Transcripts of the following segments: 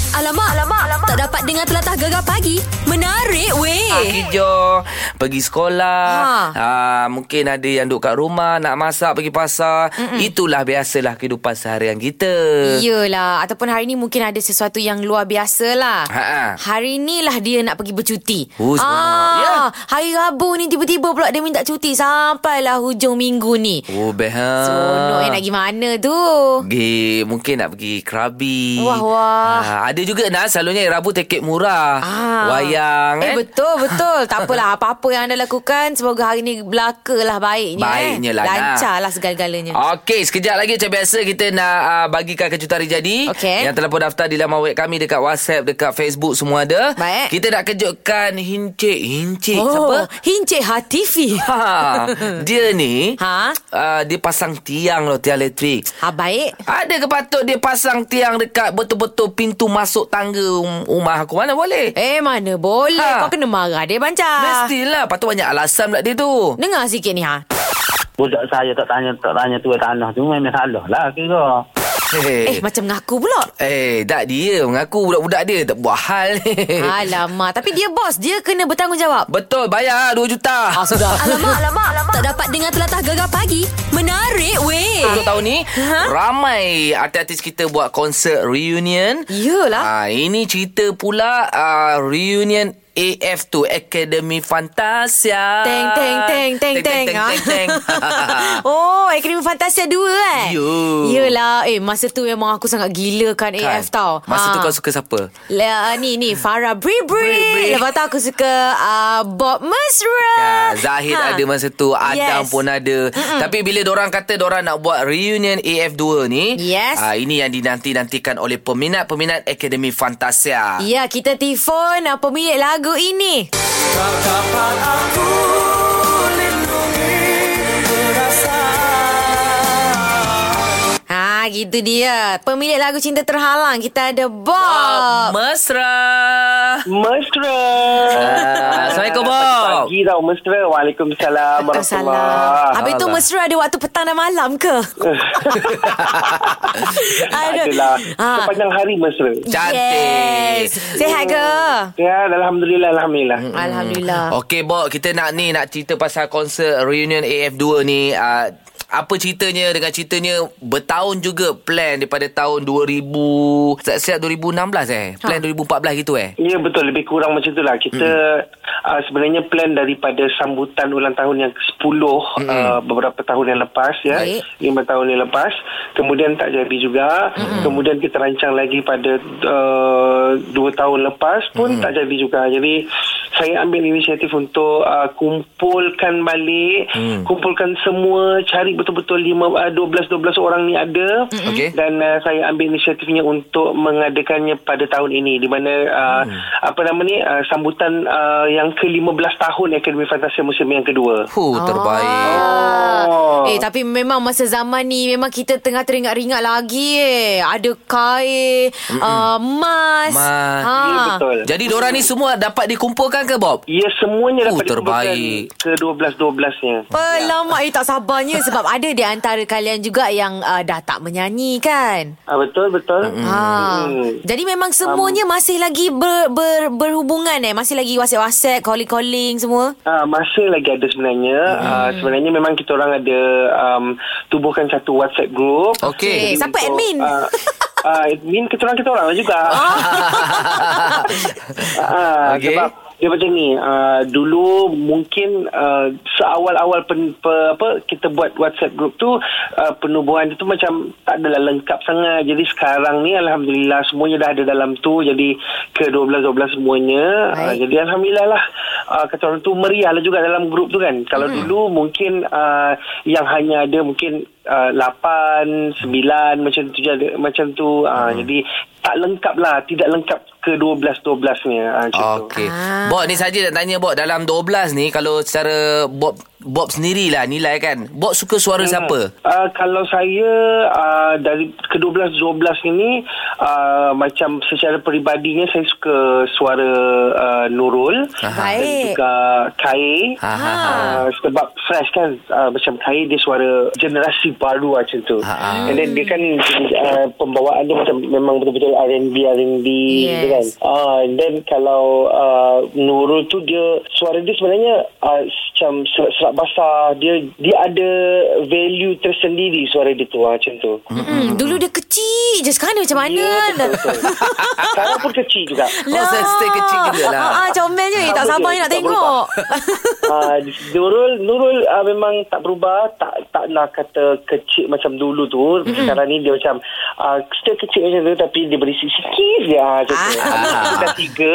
Alamak, alamak, alamak. Tak dapat dengar telatah gegar pagi. Menarik weh. Ah, kerja, pergi sekolah, Ha. ha. ah, mungkin ada yang duduk kat rumah, nak masak, pergi pasar. Mm-mm. Itulah biasalah kehidupan seharian kita. Ya. Yelah Ataupun hari ni mungkin ada sesuatu yang luar biasa lah Ha-ha. Hari ni lah dia nak pergi bercuti Ha. Ah, Oh, seronok. Ya. Hari Rabu ni tiba-tiba pula dia minta cuti Sampailah hujung minggu ni Oh, beh. ha. Seronok eh nak pergi mana tu Pergi Mungkin nak pergi Krabi Wah, wah. ha, Ada juga nak Selalunya Rabu tiket murah Wayang Eh kan? betul betul Tak apalah apa-apa yang anda lakukan Semoga hari ni belakalah baiknya Baiknya eh. lah, Nak. Lancar lah segala-galanya Okey, sekejap lagi macam biasa kita nak uh, bagikan kejutan hari jadi. Okey. Yang telah pun daftar di laman web kami dekat WhatsApp, dekat Facebook semua ada. Baik. Kita nak kejutkan Hincik. Hincik Oh, siapa? Hincik Hatifi Ha, dia ni Ha? Uh, dia pasang tiang loh tiang elektrik. Ah baik Ada ke patut dia pasang tiang dekat betul-betul pintu masuk tangga um- rumah aku mana boleh? Eh ah. mana boleh Ha. Kau kena marah dia bancar Mestilah Patut banyak alasan pula dia tu Dengar sikit ni ha budak saya tak tanya tak tanya tuan tanah tu memang salah lah kira. Eh, Eh, macam ngaku pula. eh tak dia Mengaku budak-budak dia Tak buat hal ni Alamak, tapi dia bos, dia kena bertanggungjawab. Betul, bayar 2 juta. Ah sudah. Alamak, alamak, alamak. Tak dapat dengar telatah gegar pagi. Menarik weh. Untuk tahun ni Ha? Ramai artis-artis kita Buat konsert reunion Iyalah. Ah, Ini cerita pula ah, Reunion AF2 Academy Fantasia Teng teng teng teng teng. ah. teng, oh, Akademi Fantasia 2 eh. Yo. Iyalah. Eh, masa tu memang aku sangat gila kan AF tau. Masa tu Ah. kau suka siapa? La, ni ni Farah Bri Bri. Bri. Lepas tu aku suka uh, Bob Mesra. Ya, Zahid ha. ada masa tu Adam yes. Ah, Yes. pun ada Mm-mm. Tapi bila dorang kata Dorang nak buat reunion AF2 ni Yes. ah, Ini yang dinanti-nantikan oleh peminat-peminat Akademi Fantasia Ya, kita telefon uh, pemilik lagu ini. Ha, gitu dia. Pemilik lagu Cinta Terhalang kita ada Bob. Mesra Mesra. Ah, Assalamualaikum, Bob. Pagi tau mesra. Waalaikumsalam Salah. warahmatullahi. Habis tu Allah. mesra ada waktu petang dan malam ke? Aduh. Adalah Ha. sepanjang hari mesra. Cantik. Yes. Sihat ke? Ya, alhamdulillah alhamdulillah. Alhamdulillah. Okey Bok Kita nak ni Nak cerita pasal konsert Reunion AF2 ni ah, Apa ceritanya Dengan ceritanya Bertahun juga plan Daripada tahun 2000 Siap-siap 2016 eh Plan 2014 gitu eh Hmm. Ya betul lebih kurang macam itulah kita mm. uh, sebenarnya plan daripada sambutan ulang tahun yang ke-10 mm. Hmm. uh, beberapa tahun yang lepas ya Baik. lima tahun yang lepas kemudian tak jadi juga Hmm. mm. kemudian kita rancang lagi pada uh, dua tahun lepas pun Hmm. mm. tak jadi juga jadi saya ambil inisiatif untuk uh, kumpulkan balik Hmm. mm. kumpulkan semua cari betul-betul lima uh, 12 12 orang ni ada mm. Hmm. Okey. dan uh, saya ambil inisiatifnya untuk mengadakannya pada tahun ini di mana uh, hmm. apa nama ni uh, sambutan uh, yang ke-15 tahun Akademi Fantasia musim yang kedua. Huh terbaik Oh. Eh tapi memang masa zaman ni Memang kita tengah teringat-ringat lagi eh Ada kain uh, Ha. Mas Mas. Ya, betul. Jadi diorang ni semua dapat dikumpulkan ke Bob? Ya semuanya Oh, dapat terbaik. dikumpulkan ke-12-12-nya. Pelamak eh tak sabarnya Sebab ada di antara kalian juga Yang uh, dah tak menyanyi kan Ah, betul betul. Mm. Hmm. Ha. Hmm. Jadi memang semuanya masih lagi ber, ber, berhubungan eh Masih lagi whatsapp-whatsapp Calling-calling semua Uh, masih lagi ada sebenarnya hmm. uh, Sebenarnya memang kita orang ada um, Tubuhkan satu WhatsApp group Eh, Okey. siapa Untuk, admin? Ah. Uh, uh, admin kita orang kita orang juga. Ah, Okey. Sebab dia macam ni uh, dulu mungkin uh, seawal-awal pen, pe, apa kita buat WhatsApp group tu uh, penubuhan dia tu macam tak adalah lengkap sangat jadi sekarang ni alhamdulillah semuanya dah ada dalam tu jadi ke 12 12 semuanya uh, Baik. jadi alhamdulillah lah uh, kata orang tu meriah lah juga dalam group tu kan kalau hmm. dulu mungkin uh, yang hanya ada mungkin uh, 8 9 macam tu je ada- macam tu uh, jadi tak lengkap lah tidak lengkap ke 12 12 ni uh, macam tu Okey. Ah. Bob ni saja nak tanya Bob dalam 12 ni kalau secara Bob Bob sendirilah nilai kan. Bob suka suara hmm. siapa? Uh, kalau saya uh, dari ke-12-12 ini uh, macam secara peribadinya saya suka suara uh, Nurul dan Baik. Ah. juga Kai Ha, ha, ha. uh, sebab fresh kan uh, macam Kai dia suara generasi baru lah macam tu Ha, ha. and then dia kan uh, pembawaan dia macam memang betul-betul R&B R&B Yes. yes. kan uh, and then kalau uh, Nurul tu dia suara dia sebenarnya uh, macam serak-serak basah dia dia ada value tersendiri suara dia tu uh, macam tu Hmm, dulu dia kecil je sekarang dia macam mana kan? sekarang pun kecil juga Oh, saya stay kecil juga lah. Ah, ah, comel je. Eh, tak Sama sabar je, je nak tak tengok. uh, Nurul Nurul uh, memang tak berubah tak taklah kata kecil macam dulu tu mm-hmm. sekarang ni dia macam uh, still kecil macam tu tapi dia berisi sikit je uh, macam tu Ah. dah tiga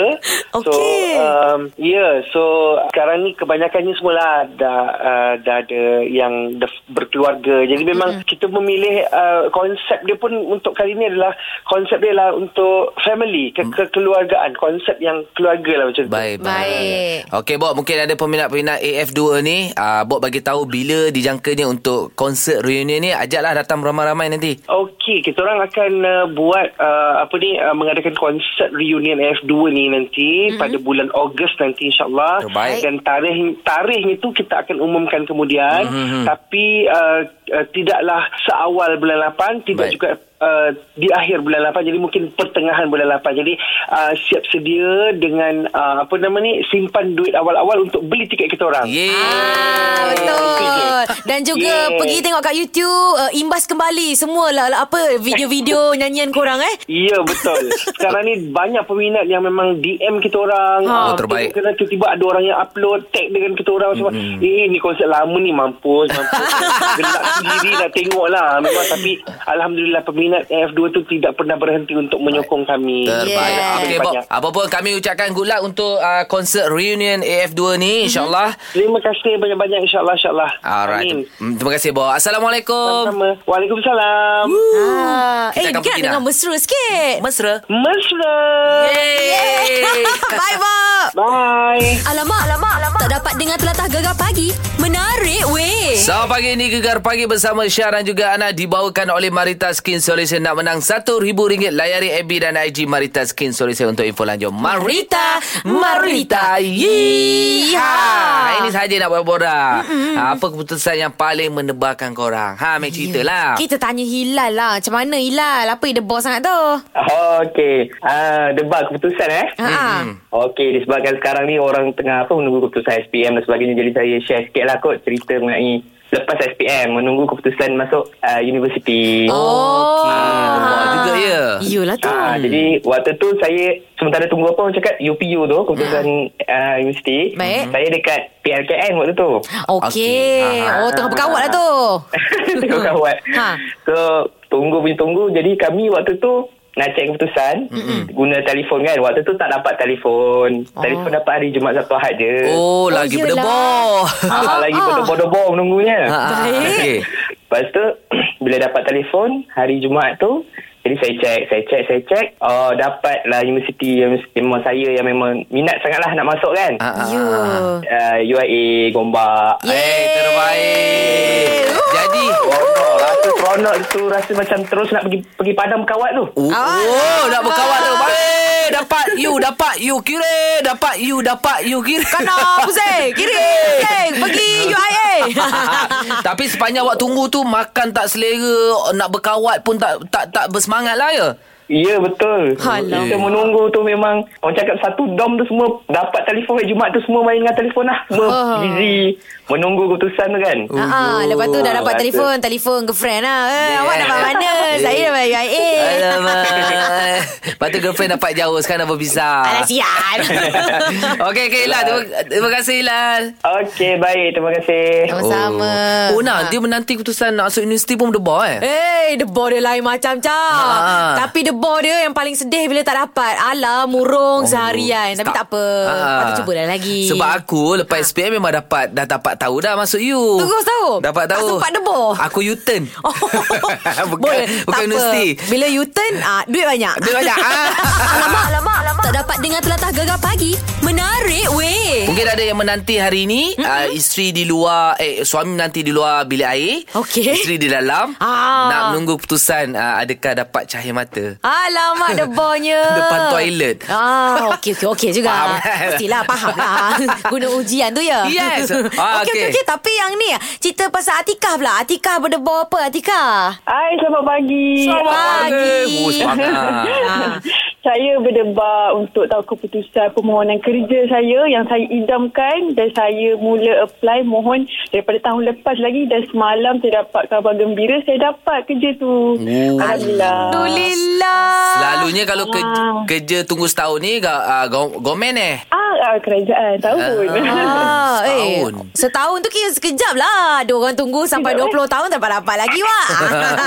so Okey. um, yeah so sekarang ni kebanyakannya semualah dah uh, dah ada yang dah berkeluarga jadi memang mm-hmm. kita memilih uh, konsep dia pun untuk kali ni adalah konsep dia lah untuk family ke- Mm. kekeluargaan konsep yang keluarga lah macam tu Baik, Baik. baik. Okey, Bob, mungkin ada peminat-peminat AF2 ni. Uh, Bob bagi tahu bila dijangkanya untuk konsert reunion ni. Ajaklah datang ramai-ramai nanti. Okey, kita orang akan uh, buat uh, apa ni uh, mengadakan konsert reunion F2 ni nanti mm-hmm. pada bulan Ogos nanti insyaallah Terbaik. dan tarikh tarikhnya tu kita akan umumkan kemudian mm-hmm. tapi uh, uh, tidaklah seawal bulan 8 tidak Baik. juga Uh, di akhir bulan 8 jadi mungkin pertengahan bulan 8 jadi uh, siap sedia dengan uh, apa nama ni simpan duit awal-awal untuk beli tiket kita orang Ah, Yeay. betul. Dan juga Yeah. pergi tengok kat YouTube, uh, imbas kembali semualah lah, apa video-video nyanyian korang eh. Ya betul Sekarang ni banyak peminat Yang memang DM kita orang Oh, Ah, terbaik. tengok kadang Tiba-tiba ada orang yang upload Tag dengan kita orang semua mm-hmm. Eh ni konsert lama ni Mampus Mampus Gelak sendiri Dah tengok lah Memang tapi Alhamdulillah peminat F2 tu Tidak pernah berhenti Untuk menyokong kami Terbaik. Yeah. Okey, Bob. Banyak. Apa pun kami ucapkan good luck untuk uh, konsert reunion AF2 ni. InsyaAllah. Terima kasih banyak-banyak InsyaAllah insyaAllah Amin Alright. Mm, Terima kasih, Bob. Assalamualaikum. Sama-sama Waalaikumsalam Ah, Kita eh, kita akan nak pergi dengar dah. mesra sikit. Mesra. Mesra Yeay. Bye, Bob. Bye Alamak, alamak, alamak. Tak dapat dengar telatah gegar pagi. Menarik weh. Selamat pagi ini Gegar Pagi bersama Syah dan juga Ana dibawakan oleh Marita Skin Solution nak menang RM1,000 layari AB dan IG Marita Skin Solution untuk info lanjut. Marita, Marita, yeeha. Ini sahaja nak berborak. Ha, apa keputusan yang paling menebarkan korang? Ha, main cerita lah. Ya. Kita tanya Hilal lah. Macam mana Hilal? Apa yang debor sangat tu? Okey, ah debat keputusan eh. Ha. ah. Hmm, Okey, disebabkan sekarang ni orang tengah apa menunggu keputusan SPM dan sebagainya. Jadi saya share sikit lah kot cerita mengenai lepas SPM menunggu keputusan masuk uh, universiti. Oh. Buat juga ya. Iyalah tu. Ah, jadi waktu tu saya sementara tunggu apa orang cakap UPU tu keputusan uh, universiti. Ah. Baik. Saya dekat PLKN waktu tu. Okey. Okey. Ha, ha. Oh, tengah berkawat lah tu. Tengok kawan. Ha. So tunggu punya tunggu jadi kami waktu tu nak cek keputusan mm-hmm. guna telefon kan waktu tu tak dapat telefon Oh. telefon dapat hari Jumaat Sabtu Ahad je Oh, lagi yelah. berdebar. Ah, lagi bodoh-bodoh menunggunya. Ha, ha, Baik. okey. Lepas tu bila dapat telefon hari Jumaat tu jadi saya cek, saya cek, saya cek. Oh, dapatlah universiti yang memang saya yang memang minat sangatlah nak masuk kan. Ha, ha, Ya. ha. Uh, UIA Gombak. Eh, terbaik. Jadi, Seronok, Oh, rasa seronok tu rasa macam terus nak pergi pergi padam kawat tu. Oh, Ah. oh nak berkawan tu. Baik, dapat you, dapat you kiri, dapat you, dapat you kiri. Kanan, pusing. Kiri, pusing. Pergi UIA. Ah, Tapi sepanjang awak tunggu tu makan tak selera, nak berkawat pun tak tak tak bersemangat lah ya. Ya betul. Alah. Kita menunggu tu memang orang cakap satu dom tu semua dapat telefon hari Jumaat tu semua main dengan telefon lah. Semua Oh. busy menunggu keputusan tu kan. Ha ah, lepas tu dah dapat Rasa- telefon, telefon girlfriend lah. Eh, Yeah. awak dapat mana? Eh. Saya dapat UIA. Alamak. Lepas tu girlfriend dapat jauh sekarang berpisah. Alah sial. Okey, okey Hilal. Terima, terima kasih Hilal. Okey baik terima kasih. Sama-sama. Oh, oh nah, dia menanti keputusan nak masuk universiti pun berdebar eh. Eh, debor dia lain macam cak. Ha. Tapi debor dia yang paling sedih bila tak dapat. Alah, murung seharian. Tapi tak apa. Oh, Ah. Lepas tu cubalah lagi. Ah. Sebab aku lepas SPM memang dapat dah dapat tahu dah masuk you. Terus tahu? Dapat Tak tahu. sempat debor? Aku U-turn. Oh, bukan boleh. Tak bukan apa. universiti. Bila you turn, ah, duit banyak. Dia banyak. ah. Alamak, alamak, alamak. Tak dapat dapat dengar telatah gegar pagi. Menarik weh. Mungkin ada yang menanti hari ini mm-hmm. uh, Isteri di luar Eh suami menanti di luar bilik air Okey. Isteri di dalam Ah. Nak menunggu keputusan uh, Adakah dapat cahaya mata Alamak debanya Depan toilet. Ah, okey okey okey juga. Faham, kan? Mestilah faham lah. Guna ujian tu ya. Yes. Ah, okey okey okey. okey tapi yang ni cerita pasal Atikah pula. Atikah berdebor apa Atikah? Hai, selamat pagi. pagi. Oh, semangat. Ah. Saya berdebat untuk tahu keputusan permohonan kerja saya yang saya idamkan dan saya mula apply mohon daripada tahun lepas lagi dan semalam saya dapat kabar gembira saya dapat kerja tu. Oh. Alhamdulillah. Alhamdulillah. Selalunya kalau ke, Ah. kerja tunggu setahun ni uh, Gomen eh Ah, ah, kerajaan tahu pun. Ah, eh, Setahun. setahun tu kira sekejap lah. Ada orang tunggu sampai 20 tahun tak dapat-dapat lagi, Wak.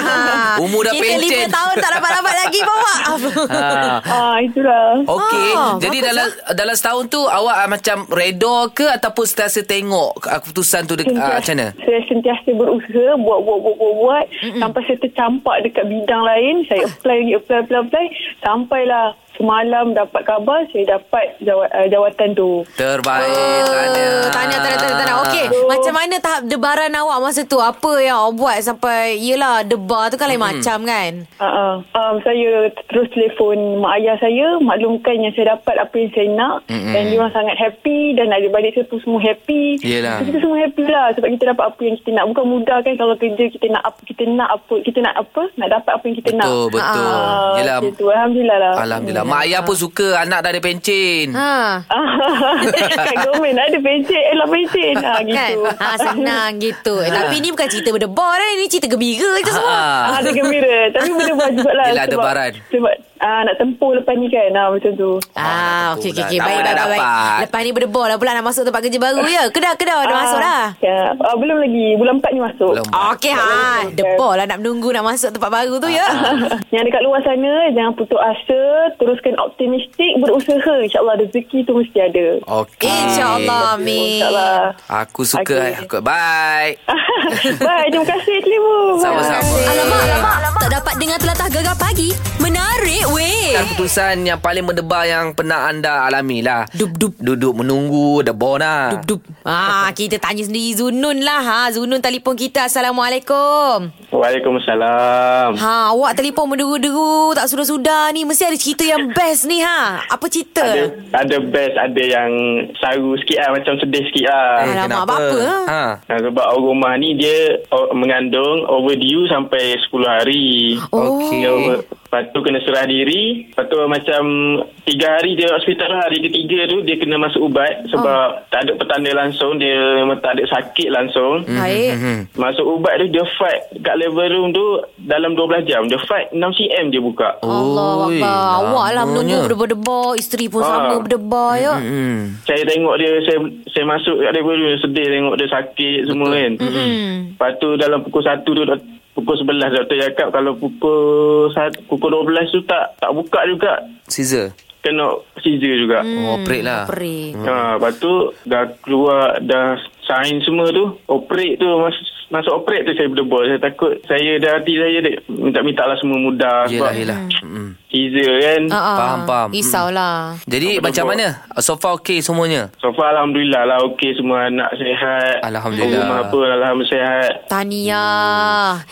Umur dah Kira pencen. 5 tahun tak dapat-dapat lagi, Pak Wak. Ah. ah, itulah. Okey, Ah, jadi bagus dalam dalam setahun tu awak ah, macam reda ke ataupun sentiasa tengok ah, keputusan tu dek, ah, macam mana? Saya sentiasa berusaha buat buat buat buat buat Mm-mm. sampai saya tercampak dekat bidang lain. Saya apply lagi apply apply apply sampailah semalam dapat khabar saya dapat jawa, uh, jawatan tu. Terbaik, tanya. Oh, Ah, Tanya, tanya, tanya, tanya. Okey, macam mana tahap debaran awak masa tu? Apa yang awak buat sampai, yelah, debar tu kan lain macam kan? Uh-uh. Um, saya terus telefon mak ayah saya maklumkan yang saya dapat apa yang saya nak Mm-mm. dan dia orang sangat happy dan adik-adik saya pun semua happy. Yelah. Kita semua happy lah sebab kita dapat apa yang kita nak. Bukan mudah kan kalau kerja kita nak apa kita nak apa kita nak apa nak dapat apa yang kita nak. Betul, betul. Ah, Yelah. macam tu. Alhamdulillah lah. Alhamdulillah. Mak ayah pun suka anak dah ada pencin. Ha. Ah, Kat government ada pencen Eh lah pencen ah, Kan? gitu. Ha, senang gitu. Eh, Tapi ni bukan cerita berdebar dah. Ini cerita gembira kita semua. Ah. Ada gembira Tapi benda buat juga lah Yelah, ada sebab, baran. Sebab ah, nak tempuh lepas ni kan ah, Macam tu Ah, okey okey okey. Tak apa, Baik dah baik baik. baik. dapat. Lepas ni berdebar lah pula nak masuk tempat kerja baru ya. Kedah kedah dah masuk dah. ya. ah, Belum lagi Bulan 4 ni masuk Belum. Okey ha, debar lah nak menunggu nak masuk tempat baru tu ya. Ah, Yang dekat luar sana Jangan putus asa Teruskan optimistik Berusaha InsyaAllah rezeki tu mesti ada Ya, Okey. InsyaAllah amin. InsyaAllah Aku suka. Okey. Aku, bye. Bye Terima kasih Terima kasih Sama-sama. Alamak, alamak, alamak. Tak dapat dengar telatah gegar pagi. Menarik weh. Yang keputusan yang paling mendebar yang pernah anda alami lah. Dup dup Duduk menunggu, debor lah. dup dup. Ah, kita tanya sendiri Zunun lah ha. Zunun telefon kita. Assalamualaikum. Waalaikumsalam. Ha, awak telefon menderu-deru tak sudah-sudah ni mesti ada cerita yang best ni ha. Apa cerita? Ada, ada best, ada yang saru sikit lah. Macam sedih sikit lah. Eh, Alamak, apa-apa? Ha. Nah, sebab orang rumah ni dia o- mengandung overdue sampai 10 hari. Oh. Okey. Dia over- Lepas tu kena serah diri. Lepas tu macam 3 hari dia hospital lah. Hari ketiga tu dia kena masuk ubat sebab tak ada petanda langsung. Dia memang tak ada sakit langsung. Baik. Hmm, Mhm. Masuk ubat tu dia fight kat level room tu dalam 12 jam. Dia fight 6 cm dia buka. Allah Oi, Akbar. Awak lah menunggu lamanya. berdebar-debar. Isteri pun Ah. sama berdebar ya. Hmm. Saya tengok dia saya saya masuk kat level room sedih tengok dia sakit semua kan. Hmm. Lepas tu dalam pukul 1 tu dok- pukul 11 doktor cakap kalau pukul sat- pukul 12 tu tak tak buka juga Scissor. kena seizure Mm. juga. Hmm. Oh, operate lah. Operate. Ha, lepas tu dah keluar dah sign semua tu operate tu mas, masuk operate tu saya berdebar saya takut saya dah hati saya dek, minta-minta lah semua mudah Yelah, sebab yelah. Hmm. seizure kan Ah, ah. lah. Faham, faham. Hmm. Risaulah. Jadi Apa macam dia mana? So far okey semuanya? so far Alhamdulillah lah okey semua anak sihat Alhamdulillah. rumah apa Alhamdulillah sihat Tania.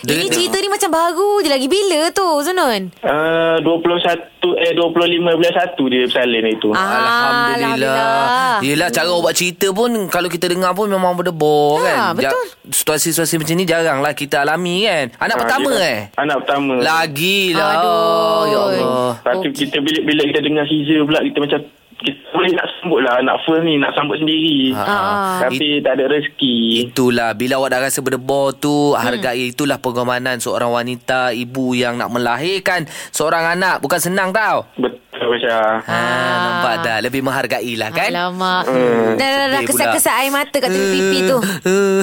Dia- Ini Hmm. dia- cerita ni macam baru je lagi bila tu Zunun? Uh, 21 eh 25 bulan 1 dia bersalin itu. Ah, Alhamdulillah. Yelah cara awak cerita pun Kalau kita dengar pun Memang berdebar Ya, kan betul. Situasi-situasi macam ni Jarang lah kita alami kan Anak Ah, pertama dia- eh Anak pertama. Lagilah Aduh. Ya Allah Lepas tu kita bila, bila kita dengar Caesar pula kita macam kita boleh nak sambut lah anak first ni nak sambut sendiri. Ha, Ah. ha. Tapi tak ada rezeki. Itulah bila awak dah rasa berdebar tu Hmm. hargai itulah pengorbanan seorang wanita ibu yang nak melahirkan seorang anak bukan senang tau. Betul Masya. Ha, nampak dah lebih menghargai lah kan. Ah. Alamak. Hmm. Dah, dah, dah. Sedih Kesan-kesan air mata kat tepi Eh, pipi tu. eh.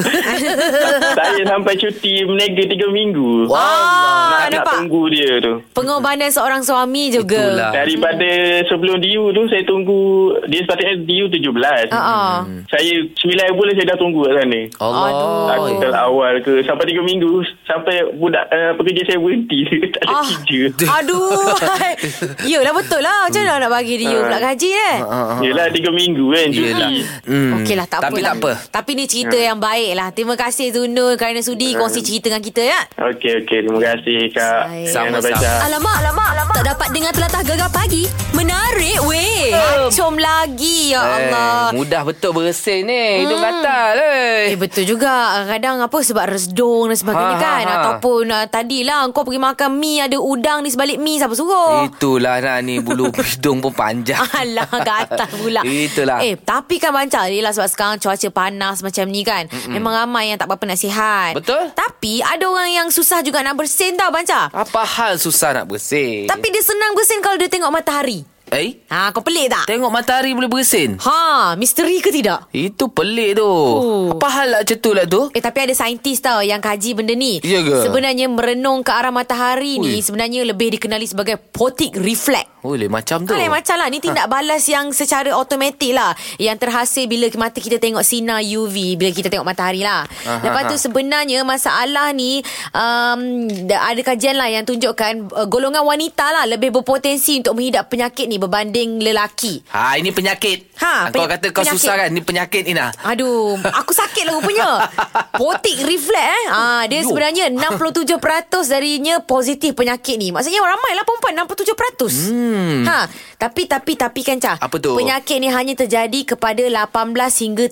Saya sampai cuti meniaga 3 minggu. Wah, nak, Ah, nak nampak? tunggu dia tu. Pengorbanan seorang suami juga. Itulah. Daripada sebelum DU tu saya tunggu dia sepatutnya DU 17. Ah, ah. Hmm. Saya 9 bulan saya dah tunggu kat sana. Allah. Oh. Aku Aduh. kalau awal ke Sampai 3 minggu eh, Sampai budak uh, Pekerja saya berhenti Tak ada Ah. kerja Aduh. Yelah betul lah. lah. Macam mana Hmm. nak bagi dia pula gaji kan? Yelah tiga minggu kan cuti. Yelah. Hmm. Okey lah, tak Tapi apalah. tak apa. Hmm. Tapi ni cerita yang baik lah. Terima kasih Zunul kerana sudi kongsi cerita dengan kita ya. Okey okey terima kasih Kak. Baik. Diana Sama-sama. Baca. Alamak, alamak, alamak. Tak dapat dengar telatah gegar pagi. Menarik weh. Acom lagi ya Allah. Hmm. Hmm. Eh, mudah betul bersih ni. Hidung gatal. Eh. Eh betul juga Kadang apa sebab resdung dan sebagainya Ha, ha, kan ha. Ataupun uh, tadilah kau pergi makan mi Ada udang di sebalik mi Siapa suruh Itulah nak ni bulu hidung pun panjang. Alah gatal pula Itulah. Eh tapi kan bancar Yelah sebab sekarang cuaca panas macam ni kan Mm-mm. Memang ramai yang tak apa-apa nak sihat Betul. Tapi ada orang yang susah juga nak bersin tau bancar Apa hal susah nak bersin? Tapi dia senang bersin kalau dia tengok matahari eh, Ha kau pelik tak? tengok matahari boleh bersin. Ha misteri ke tidak? Itu pelik tu. Oh. Apa hal lah macam tu lah tu? Eh tapi ada saintis tau yang kaji benda ni. Ya ke? Sebenarnya merenung ke arah matahari ni Ui. sebenarnya lebih dikenali sebagai potic reflex. Boleh macam tu. Ha. Kan lain macam lah Ni tindak balas yang secara automatik lah Yang terhasil bila mata kita tengok sinar UV Bila kita tengok matahari lah Aha, ha. Lepas tu aha. sebenarnya masalah ni um, da- Ada kajian lah yang tunjukkan uh, Golongan wanita lah Lebih berpotensi untuk menghidap penyakit ni Berbanding lelaki Ha, ini penyakit. Ha, kau peny- kata kau penyakit. susah kan? Ni penyakit Ina. Aduh, aku sakit lah rupanya. Potik reflect eh. Ah, dia Yo. sebenarnya 67% darinya positif penyakit ni. Maksudnya ramai lah perempuan 67%. Hmm. Ha, tapi tapi tapi kan Cah. Apa tu? Penyakit ni hanya terjadi kepada 18 hingga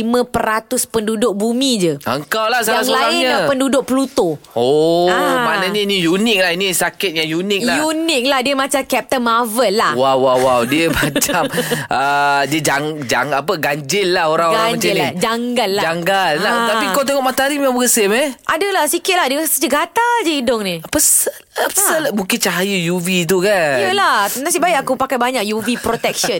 35% penduduk bumi je. Engkau lah salah Yang lain seorangnya. adalah penduduk Pluto. oh, Ah. maknanya ni unik lah. Ini sakit yang unik lah. Unik lah dia macam Captain Marvel lah. Wow wow wow Dia macam uh, Dia jang, jang Apa Ganjil lah orang-orang Ganjil macam lah, ni janggal lah. Janggal lah Ah. Tapi kau tengok matahari memang bergesim eh Adalah sikit lah Dia saja gatal je hidung ni Pesal Pesal ha. Mungkin cahaya UV tu kan Ah. Yelah Nasib baik aku pakai banyak UV protection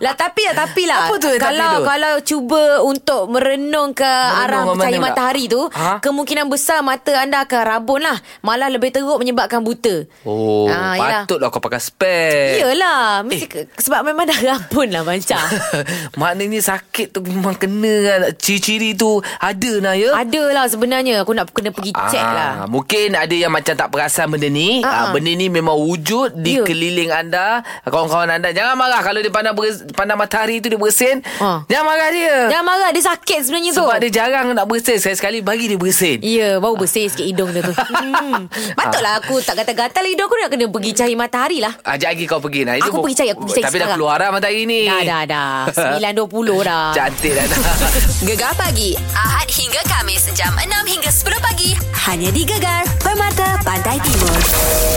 Lah tapi lah Tapi lah Apa tu yang tapi Kalau tu? kalau cuba untuk merenung ke arah ke mana cahaya pula? matahari tu Ha? Kemungkinan besar mata anda akan rabun lah Malah lebih teruk menyebabkan buta Oh Ah, yelah. Patutlah kau pakai spek Yelah mesti eh. Sebab memang dah rabun lah Manca Maknanya sakit tu memang kena kan Ciri-ciri tu ada nak ya Ada lah sebenarnya Aku nak kena pergi Ah, check lah Mungkin ada yang macam tak perasan benda ni Ah, ah. ah, Benda ni memang wujud Di Ya. keliling anda Kawan-kawan anda Jangan marah Kalau dia pandang, beres, pandang matahari tu Dia bersin Ah. Jangan marah dia Jangan marah Dia sakit sebenarnya tu Sebab dia jarang nak bersin Sekali-sekali bagi dia bersin Ya, baru bersih sikit hidung dia tu. Hmm. Patutlah aku tak gatal-gatal hidung aku nak kena pergi cahaya matahari lah. Ajak lagi kau pergi nak. Aku pergi cari, aku pergi cari Tapi dah sekarang. keluar lah matahari ni Dah, dah, dah. 9.20 dah. Cantik dah dah Gegar pagi. Ahad hingga Kamis. Jam 6 hingga 10 pagi. Hanya di Gegar. Permata Pantai Timur.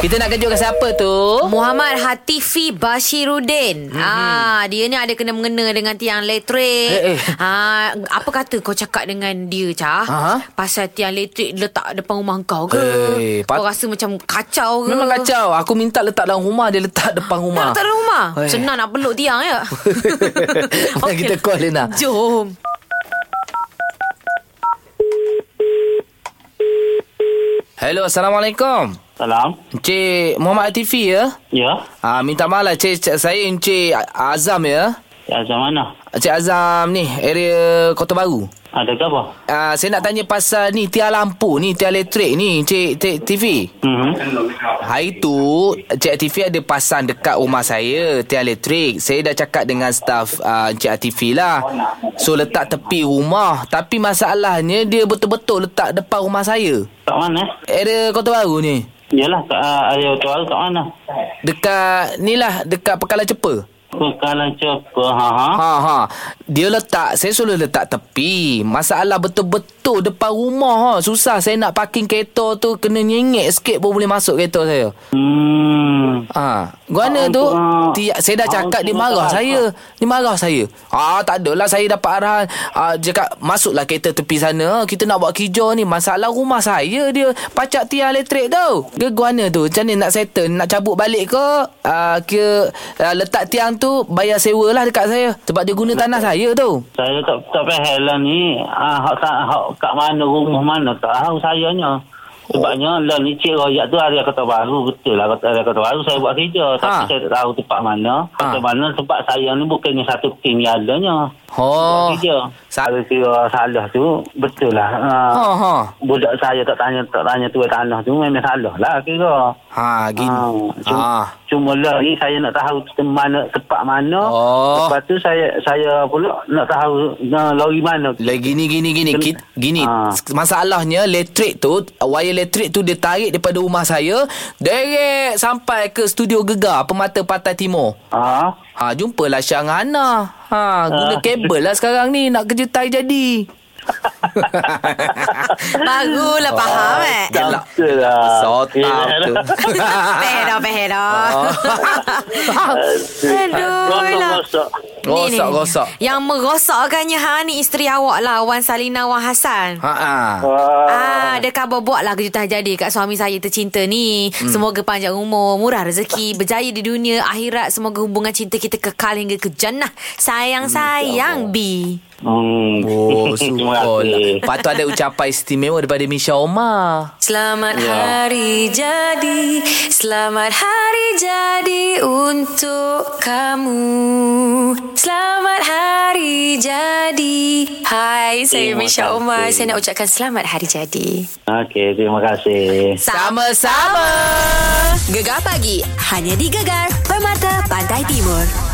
Kita nak kejutkan siapa tu? Oh. Muhammad Hatifi Mhm. Bashiruddin. Mm-hmm. Ah, dia ni ada kena mengena dengan tiang Eh, elektrik. eh. Ah, apa kata kau cakap dengan dia, Cah? Ha? Pasal tiang elektrik letak depan rumah kau ke? Eh, Kau pat- rasa macam kacau ke? Memang kacau Aku minta letak dalam rumah Dia letak depan Nak rumah letak dalam rumah. Eh. Senang nak peluk tiang ya. Mari kita call dia nak. Jom. Hello Assalamualaikum Salam. Encik Muhammad Atifi ya? Ya. Ah, minta maaf lah Encik, Encik- saya Encik Azam ya Ya, mana? Encik Azam ni area Kota Baru Ada ke apa? Ah, saya nak tanya pasal ni tiar lampu ni tiar elektrik ni Encik T- TV Hmm. Hari tu Encik Atifi ada pasang dekat rumah saya tiar elektrik. Saya dah cakap dengan staff uh, Encik Atifi lah. So letak tepi rumah. Tapi masalahnya dia betul-betul letak depan rumah saya. Kat mana? Area Kota Baru ni. Yalah, kat uh, Ayo Tual kat mana? Dekat ni lah dekat Pekalan Cepa. Bekalan Cepa. Ha ha. Ha ha. Dia letak saya suruh letak tepi. Masalah betul-betul depan rumah ha. Susah saya nak parking kereta tu kena nyengek sikit pun boleh masuk kereta saya. Hmm. Ha, guana Ah, tu untuk, ah, tiap saya dah ah, cakap dia untuk marah masalah. saya. Dia marah saya. Ah tak adalah saya dapat arahan ah dia cakap masuklah kereta tepi sana. Kita nak buat kijau ni. Masalah rumah saya dia pacak tiang elektrik tu. Ke guana tu macam ni nak settle nak cabut balik ke ah ke ah, letak tiang tu bayar sewa lah dekat saya sebab dia guna tanah saya tu. Saya tak tak faham lah ni. Ah, hak tak hak kat mana rumah mana tak tahu sayanya. Sebabnya lah ni cik royak tu area kota baru. Betul lah kota area kota baru saya buat kerja. Tapi Ha. saya tak tahu tempat mana. Kota Ha. mana sebab saya ni bukannya satu tim yang adanya. Oh. Buat kerja. Sa- Kalau kira salah tu betul lah. Ha. Ha ha. Budak saya tak tanya tak tanya tuan tanah tu memang salah lah kira. Ha gini. cuma, Ah. cuma lah ni saya nak tahu tem- mana tempat mana. Oh. Lepas tu saya saya pula nak tahu nah, lori mana. Lagi gini gini gini Ken- Ki- gini Ah. masalahnya elektrik tu uh, wire elektrik tu dia tarik daripada rumah saya direct sampai ke studio Gegar Permata Pantai Timur. Ah. Ha jumpalah Syah dengan Ana. Ha guna Ah. kabel lah sekarang ni nak kerja tai jadi. Oh. Barulah faham eh. Gelak. Betul lah. Sotam tu. Pedah, pedah. Ha, Aduh lah. Rosak-rosak. Ni, ni, Oh. Rosak ni. rosak. Yang merosakkannya ha ni isteri awak lah Wan Salina Wan Hasan. Ha ah. Ah, dia kabar buat lah kejutan jadi kat suami saya tercinta ni. Hmm. Semoga panjang umur, murah rezeki, berjaya di dunia, akhirat. Semoga hubungan cinta kita kekal hingga ke jannah. Hmm, ya Sayang-sayang, Bi. Hmm. Oh, Terima syukur. kasih. Lepas tu ada ucapan istimewa daripada Misha Omar. Selamat Ya. hari jadi, selamat hari jadi untuk kamu. Selamat hari jadi. Hai, saya Terima Misha Omar. kasih. Saya nak ucapkan selamat hari jadi. Okey, terima kasih. Sama-sama. Gegar pagi. Hanya di Gegar Permata Pantai Timur.